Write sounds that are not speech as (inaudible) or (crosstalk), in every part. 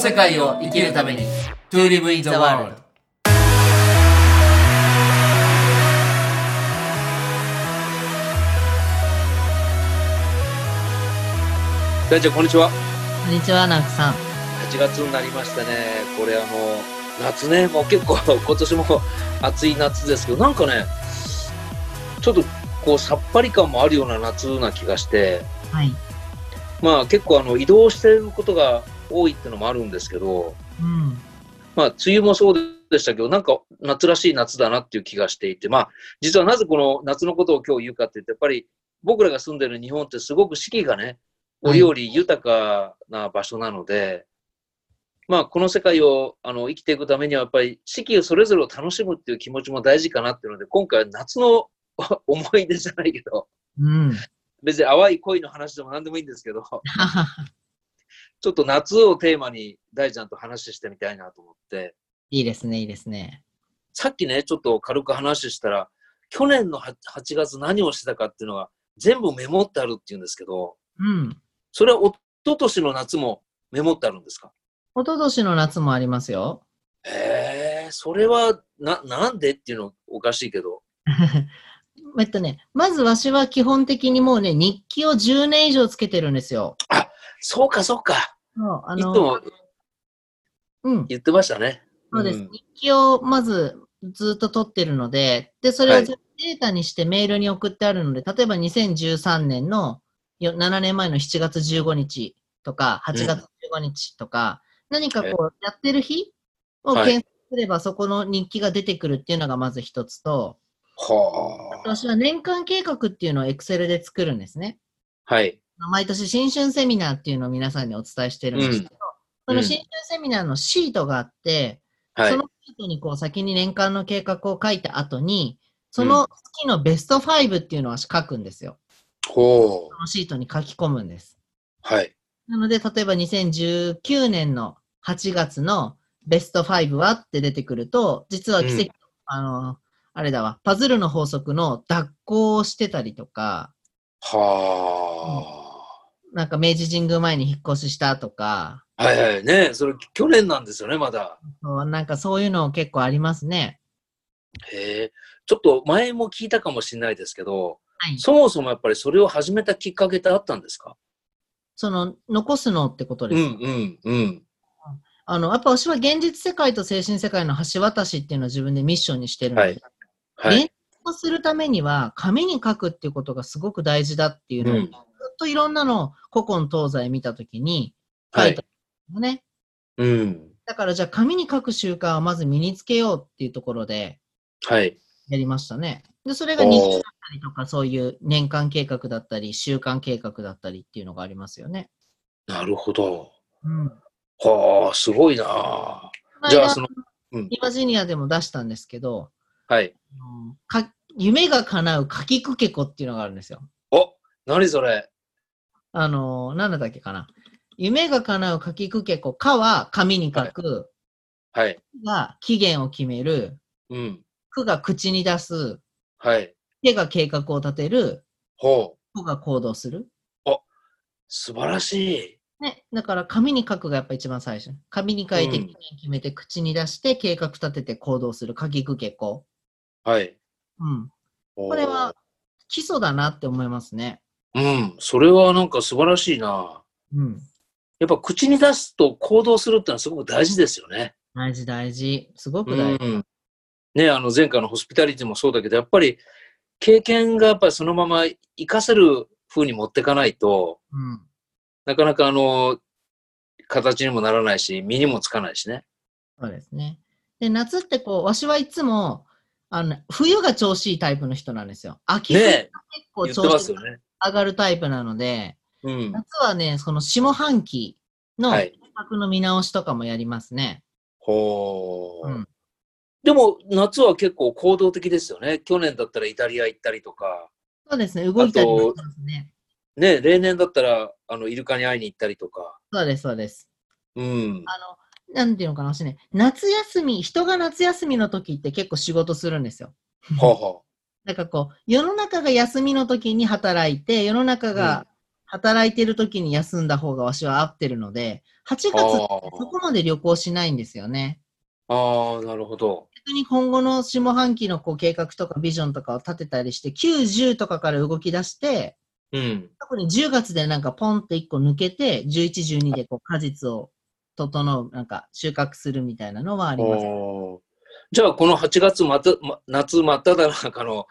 世界を生きるために To live in the world 大ちゃん、こんにちは。こんにちは、ナフさん。 8月になりましたね。これ、あの、夏ね、もう結構、今年も暑い夏ですけど、なんかね、ちょっと、こう、さっぱり感もあるような夏な気がして、はい。まあ、結構、あの、移動してることが多いってのもあるんですけど、うん。まあ、梅雨もそうでしたけど、なんか、夏らしい夏だなっていう気がしていて、まあ、実はなぜこの夏のことを今日言うかって言って、やっぱり、僕らが住んでる日本ってすごく四季がね、折々豊かな場所なので、まあ、この世界をあの生きていくためには、やっぱり四季をそれぞれを楽しむっていう気持ちも大事かなっていうので、今回は夏の (laughs) 思い出じゃないけど、うん。別に淡い恋の話でも何でもいいんですけど、ちょっと夏をテーマに大ちゃんと話してみたいなと思って、 (laughs) いいですね、いいですね。さっきね、ちょっと軽く話したら、去年のは8月何をしてたかっていうのが全部メモってあるっていうんですけど、うん。それは一昨年の夏もメモってあるんですか一昨年の夏もありますよ。へえ、それはな、なんでっていうのおかしいけど。えっとね、まずわしは基本的にもうね、日記を10年以上つけてるんですよ。そうか、そうか。そう、あいつもうん。言ってましたね。そうです。ん日記をまずずっと取ってるので、で、それはをいデータにしてメールに送ってあるので、例えば2013年のよ7年前の7月15日とか、8月15日とか、何かこう、やってる日をはい検索すれば、そこの日記が出てくるっていうのがまず一つと、は私は年間計画っていうのを Excel で作るんですね。あ。はい。毎年新春セミナーっていうのを皆さんにお伝えしてるんですけど、うんそうのん新春セミナーのシートがあって、はいそ。の後にこう先に年間の計画を書いた後に、その月のベスト5っていうのは書くんですよ。ほうこ。のシートに書き込むんです。はい。なので、例えば2019年の8月のベスト5はって出てくると、実は奇跡、うんあの、あれだわ、パズルの法則の脱行をしてたりとか、はなんか明治神宮前に引っ越ししたとか、あ。はいはい。ねそれ去年なんですよね、まだ。そうなんかそういうの結構ありますね。へえ、ちょっと前も聞いたかもしれないですけど、はいそもそもやっぱりそれを始めたきっかけってあったんですかその、残すのってことうでんすうかんうん。あの、やっぱ私は現実世界と精神世界の橋渡しっていうのを自分でミッションにしてるので、はいはい。連動するためには紙に書くっていうことがすごく大事だっていうのを、うんずっといろんなのを古今東西見たときに書はいいた。のね、うん。だからじゃあ紙に書く習慣をまず身につけようっていうところではい。やりましたね。で、それがおー日記だったりとか、そういう年間計画だったり、週間計画だったりっていうのがありますよね。なるほど。うん。はあ、すごいなあ。このじゃあ、間その、うん。イマジニアでも出したんですけど、はい。あのか夢が叶うかきくけこっていうのがあるんですよ。お何それあのー、なんだっけかな。夢が叶うかきくけこ、かは紙に書く、はい。が期限を決める、うん。くが口に出す、はい。けが計画を立てる、ほう。こが行動する。素晴らしね、だから紙に書くがやっぱ一番最初。紙に書いてうん期限決めて、口に出して計画立てて行動する、かきくけこ。い。はい。うん。ここれは。基礎だなって思いますね。うん。それはなんか素晴らしいなうん。やっぱ口に出すと行動するってのはすごく大事ですよね。大事大事。すごくう大事。ん、ねあの前回のホスピタリティもそうだけどやっぱり経験がやっぱりそのまま生かせる風に持っていかないとうんなかなかあの形にもならないし身にもつかないしね。そうですね。で、夏ってこう、わしはいつも、あの、冬が調子いいタイプの人なんですよ。秋ね冬がえ結構言ってま調す子よね。上がるタイプなので、うん。夏はね、その下半期のはい計画の見直しとかもやりますね。ほう、うんでも夏は結構行動的ですよね。去年だったらイタリア行ったりとか、そうですね、動いたりもしますね。ねえ例年だったらあのイルカに会いに行ったりとか。そうです、そうです。うん。あの、なんていうのかな、私ね、夏休み、人が夏休みの時って結構仕事するんですよ。ほうほなんかこう、世の中が休みの時に働いて、世の中が、働いてる時に休んだ方がわしは合ってるので、8月ってそこまで旅行しないんですよね。ああ、なるほど。逆に今後の下半期のこう計画とかビジョンとかを立てたりして、9、10とかから動き出して、うん。特に10月でなんかポンって1個抜けて、11、12でこう果実を整う、なんか収穫するみたいなのはあります。おーじゃあ、この8月また、ま夏真っ只中の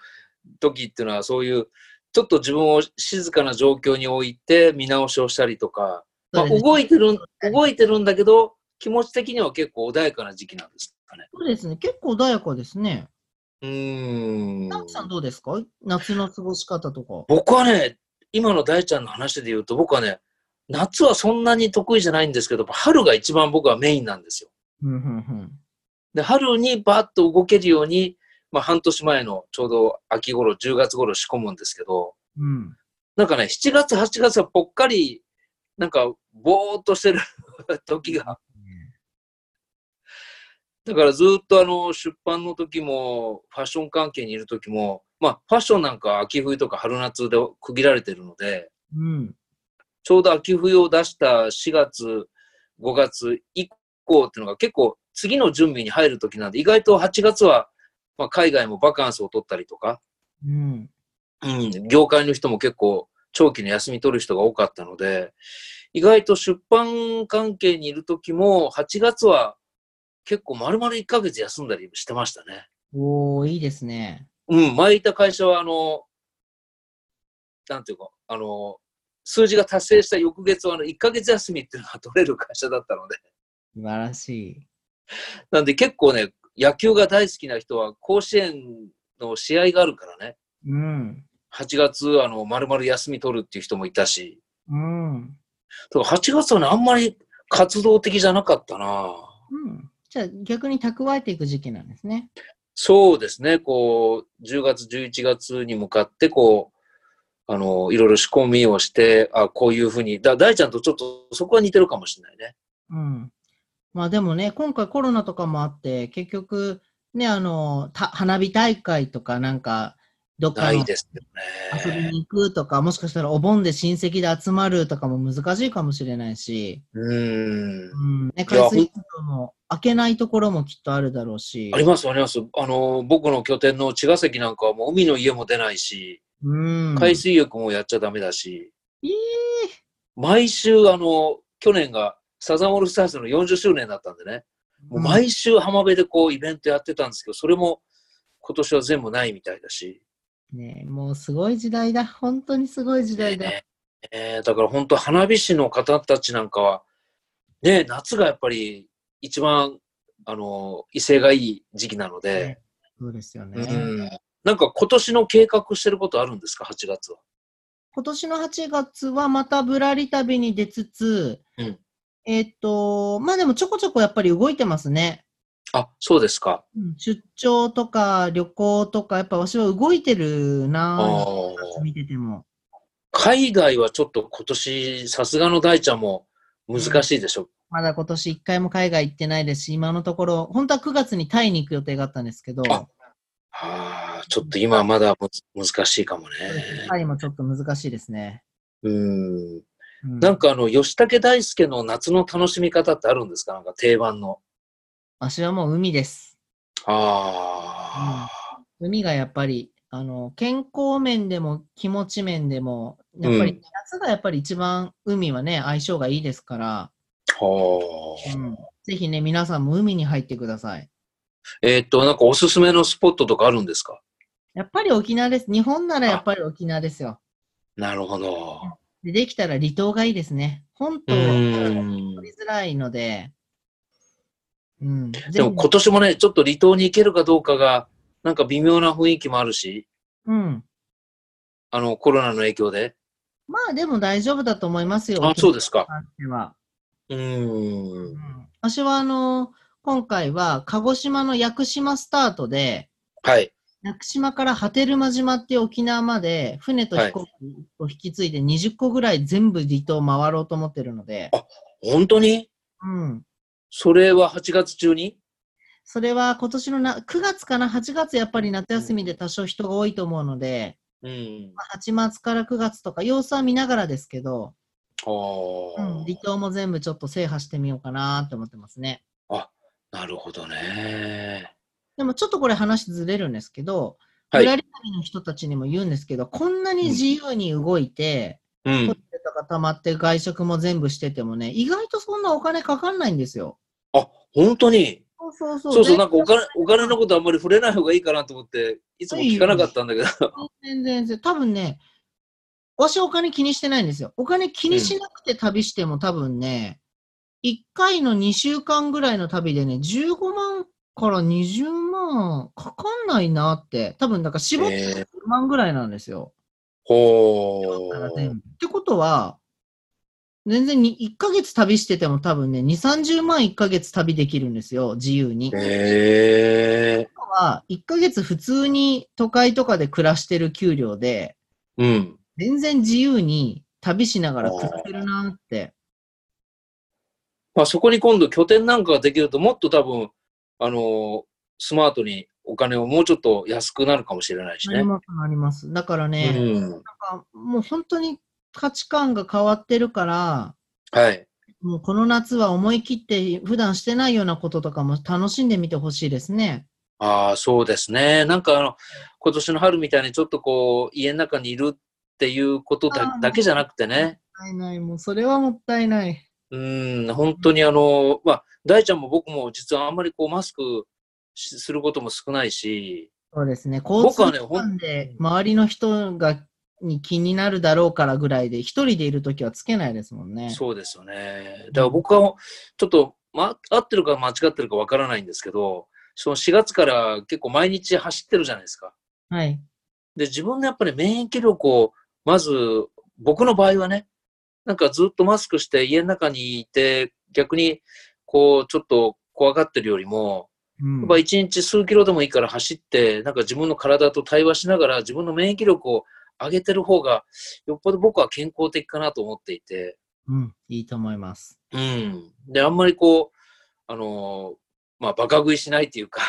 時っていうのは、そういう、ちょっと自分を静かな状況に置いて見直しをしたりとか、まそあ、うです動いてる、動いてるんだけど、気持ち的には結構穏やかな時期なんですかね。そうですね。結構穏やかですね。うーん。ナムさんどうですか夏の過ごし方とか。僕はね、今の大ちゃんの話で言うと、僕はね、夏はそんなに得意じゃないんですけど、春が一番僕はメインなんですよ。うんうんうん。で、春にバーッと動けるように、まあ半年前のちょうど秋頃、10月頃仕込むんですけど、うん。なんかね、7月、8月はぽっかり、なんか、ぼーっとしてる (laughs) 時が。だからずっとあの、出版の時も、ファッション関係にいる時も、まあ、ファッションなんか秋冬とか春夏で区切られてるので、うん。ちょうど秋冬を出した4月、5月以降っていうのが結構次の準備に入る時なんで、意外と8月は、まあ、海外もバカンスを取ったりとか、うん。うん、業界の人も結構長期の休み取る人が多かったので、意外と出版関係にいる時も8月は結構丸々1ヶ月休んだりしてましたね。おー、いいですね。うん、前いた会社はあの、なんていうか、あの、数字が達成した翌月はあの1ヶ月休みっていうのが取れる会社だったので、素晴らしい。なんで結構ね、野球が大好きな人は甲子園の試合があるからね、うん。 8月、あの、丸々休み取るっていう人もいたし、うん。うん。だから8月はね、あんまり活動的じゃなかったなじゃあ逆に蓄えていく時期なんですね。そうですね、こう、10月、11月に向かって、こう、あの、いろいろ仕込みをして、あ、こういうふうに、だ、大ちゃんとちょっとそこは似てるかもしれないね。うん。まあでもね、今回コロナとかもあって、結局、ね、あの、た花火大会とかなんか、どっかなのいですよ遊びね。に行くとか、もしかしたらお盆で親戚で集まるとかも難しいかもしれないし、うーんう。ん。ね、いや海水浴場も開けないところもきっとあるだろうしあ、ります、あります。あの、僕の拠点の茅ヶ崎なんかはもう海の家も出ないし、うん。海水浴もやっちゃダメだし、えー毎週、あの、去年がサザンオールスターズの40周年だったんでね、もう毎週浜辺でこうイベントやってたんですけど、それも今年は全部ないみたいだし、ねえ、もうすごい時代だ。本当にすごい時代だ。ねえーだから本当花火師の方たちなんかは、ね、夏がやっぱり一番あの威勢がいい時期なので、そうですようね。ん、なんか今年の計画してることあるんですか8月は。今年の8月はまたぶらり旅に出つつ、うんえーっと、まあでもちょこちょこやっぱり動いてますね。あそうですか。出張とか旅行とか、やっぱ私は動いてるあなぁ、ー見てても。海外はちょっと今年さすがの大ちゃんも難しいでしょ。まだ今年1回も海外行ってないですし、今のところ、本当は9月にタイに行く予定があったんですけど、ああーちょっと今まだむず難しいかもね。タイもちょっと難しいですね。うんうんなんかあの吉武大輔の夏の楽しみ方ってあるんですかなんか定番の。私はもう海です。ああ、海がやっぱり、あの、健康面でも気持ち面でも、やっぱり、う夏がやっぱり一番海はね、相性がいいですから、ほうーんぜひね、皆さんも海に入ってください。えーっと、なんかおすすめのスポットとかあるんですかやっぱり沖縄です。日本ならやっぱり沖縄ですよ。なるほど。でできたら離島がいいですね。本う島はん。取りづらいので、うん。ぜひでも今年もね、ちょっと離島に行けるかどうかが、なんか微妙な雰囲気もあるし、うん。あの、コロナの影響で。まあでも大丈夫だと思いますよ。あ、そうですか。沖縄に関しては。う。うんん私はあの、今回は鹿児島の屋久島スタートで、はい。屋久島から波照間島っていう沖縄まで船と飛行機を引き継いで20個ぐらい全部離島を回ろうと思ってるので、本当にうん。それは8月中にそれは今年のな9月かな、8月やっぱり夏休みで多少人が多いと思うので、うん。まあ8月から9月とか、様子は見ながらですけど、あうあ、ん、離島も全部ちょっと制覇してみようかなって思ってますね。なるほどね。でもちょっとこれ話ずれるんですけど、はいぶらり旅の人たちにも言うんですけど、こんなに自由に動いて、うホん。テルとか泊まって外食も全部しててもね、意外とそんなお金かかんないんですよ。あ、本当に。そうそうそう。そうそう、なんかお金、お金のことあんまり触れない方がいいかなと思って、いつも聞かなかったんだけど。全然全然。多分ね、わしはお金気にしてないんですよ。お金気にしなくて旅しても多分ね、1回の2週間ぐらいの旅でね、15万から20万かかんないなって、多分なんか絞ってえー10万ぐらいなんですよ。ほー。ってことは、全然に1ヶ月旅してても多分ね、2、30万1ヶ月旅できるんですよ、自由に。へえ。は、1ヶ月普通に都会とかで暮らしてる給料で、うん。全然自由に旅しながら暮らせるなって。まあそこに今度拠点なんかができると、もっと多分、あのースマートにお金をもうちょっと安くなるかもしれないしなりね。ます、なります。だからね、なんうん。かもう本当に価値観が変わってるから、はい。もうこの夏は思い切って普段してないようなこととかも楽しんでみてほしいですね。ああ、そうですね。なんかあの、今年の春みたいにちょっとこう、家の中にいるっていうことだあーだけじゃなくてね。もったいない、もうそれはもったいない。うん、本当にあの、まあ、大ちゃんも僕も実はあんまりこう、マスクしすることも少ないし、そうですね、交僕はね通機関で周りの人がに気になるだろうからぐらいで、一人でいるときはつけないですもんね。そうですよね。だから僕はちょっと、ま、合ってるか間違ってるかわからないんですけど、その4月から結構毎日走ってるじゃないですか。はい。で、自分のやっぱり免疫力を、まず僕の場合はね、なんかずっとマスクして家の中にいて、逆にこうちょっと怖がってるよりうも、んやっぱ一日数キロでもいいから走って、なんか自分の体と対話しながら自分の免疫力を上げてる方が、よっぽど僕は健康的かなと思っていて、うん、いいと思います。うん。で、あんまりこう、あのーまあ、バカ食いしないっていうか、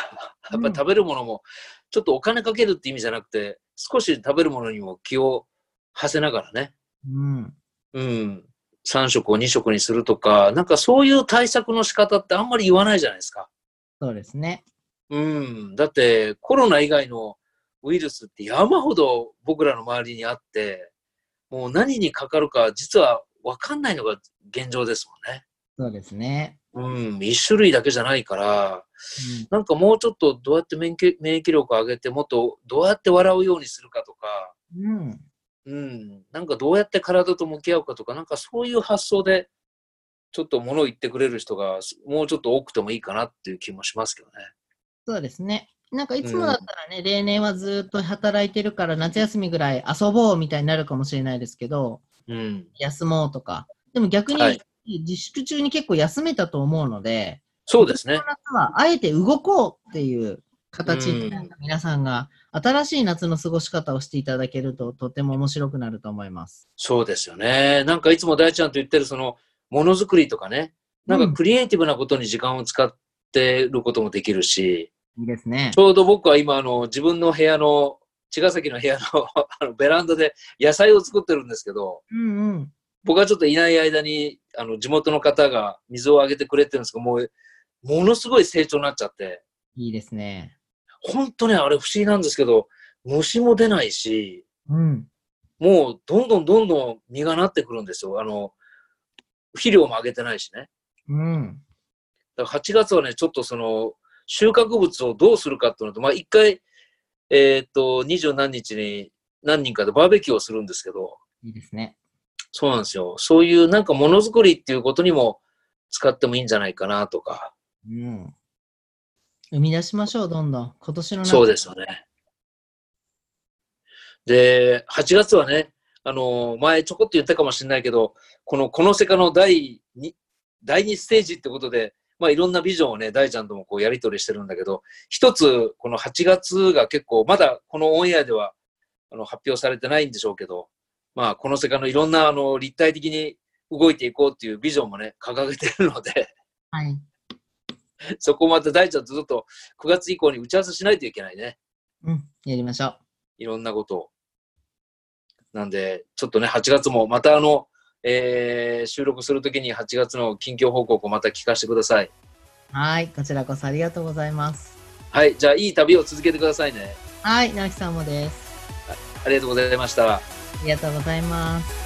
やっぱり食べるものも、ちょっとお金かけるって意味じゃなくて、少し食べるものにも気を馳せながらね、うん。うん。3食を2食にするとか、なんかそういう対策の仕方ってあんまり言わないじゃないですか。そうですね。うん。だって、コロナ以外のウイルスって山ほど僕らの周りにあって、もう何にかかるか実は分かんないのが現状ですもんね。そうですね。うん、一種類だけじゃないから、うんなんかもうちょっとどうやって免疫免疫力を上げて、もっとどうやって笑うようにするかとか、うん。うん、なんかどうやって体と向き合うかとか、なんかそういう発想で、ちょっと物を言ってくれる人がもうちょっと多くてもいいかなっていう気もしますけどね。そうですね。なんかいつもだったらね、例年はずっと働いてるから夏休みぐらい遊ぼうみたいになるかもしれないですけど、うん、休もうとか。でも逆にはい自粛中に結構休めたと思うので、そうですねこ。の夏はあえて動こうっていう形になんか皆さんが新しい夏の過ごし方をしていただけるととても面白くなると思います。そうですよね。なんかいつも大ちゃんと言ってるそのものづくりとかね、なんうかんクリエイティブなことに時間を使ってることもできるし、いいですねち。ょうど僕は今、あの、自分の部屋の、茅ヶ崎の (laughs) 部屋のあのベランダで野菜を作ってるんですけど、うんうん。僕はちょっといない間に、あの、地元の方が水をあげてくれてるんですけど、もう、ものすごい成長になっちゃって、いいですね。本当ね、あれ不思議なんですけど、虫も出ないし、うん。もう、どんどんどんどん実がなってくるんですよ。あの、肥料もあげてないしね。うん。だから8月はね、ちょっとその、収穫物をどうするかっていうのと、まあ一回、えーっと、二十何日に何人かでバーベキューをするんですけど、いいですね。そうなんですよ。そういうなんかものづくりっていうことにも使ってもいいんじゃないかなとか。うん。生み出しましょう、どんどん。今年の夏そうですよね。で、8月はね、あの、前ちょこっと言ったかもしれないけど、この、この世界の第2、第2ステージってことで、まあいろんなビジョンをね、大ちゃんともこうやり取りしてるんだけど、一つ、この8月が結構、まだこのオンエアではあの発表されてないんでしょうけど、まあこの世界のいろんなあの立体的に動いていこうっていうビジョンもね、掲げてるので、はい。そこまた大ちゃんとずっと9月以降に打ち合わせしないといけないね。うん。やりましょいろんなことを。なんで、ちょっとね、8月もまたあの、えー収録するときに8月の近況報告をまた聞かせてください。はい、こちらこそありがとうございます。はい、じゃあいい旅を続けてくださいね。はい、直樹さんもです。ありがとうございました。ありがとうございます。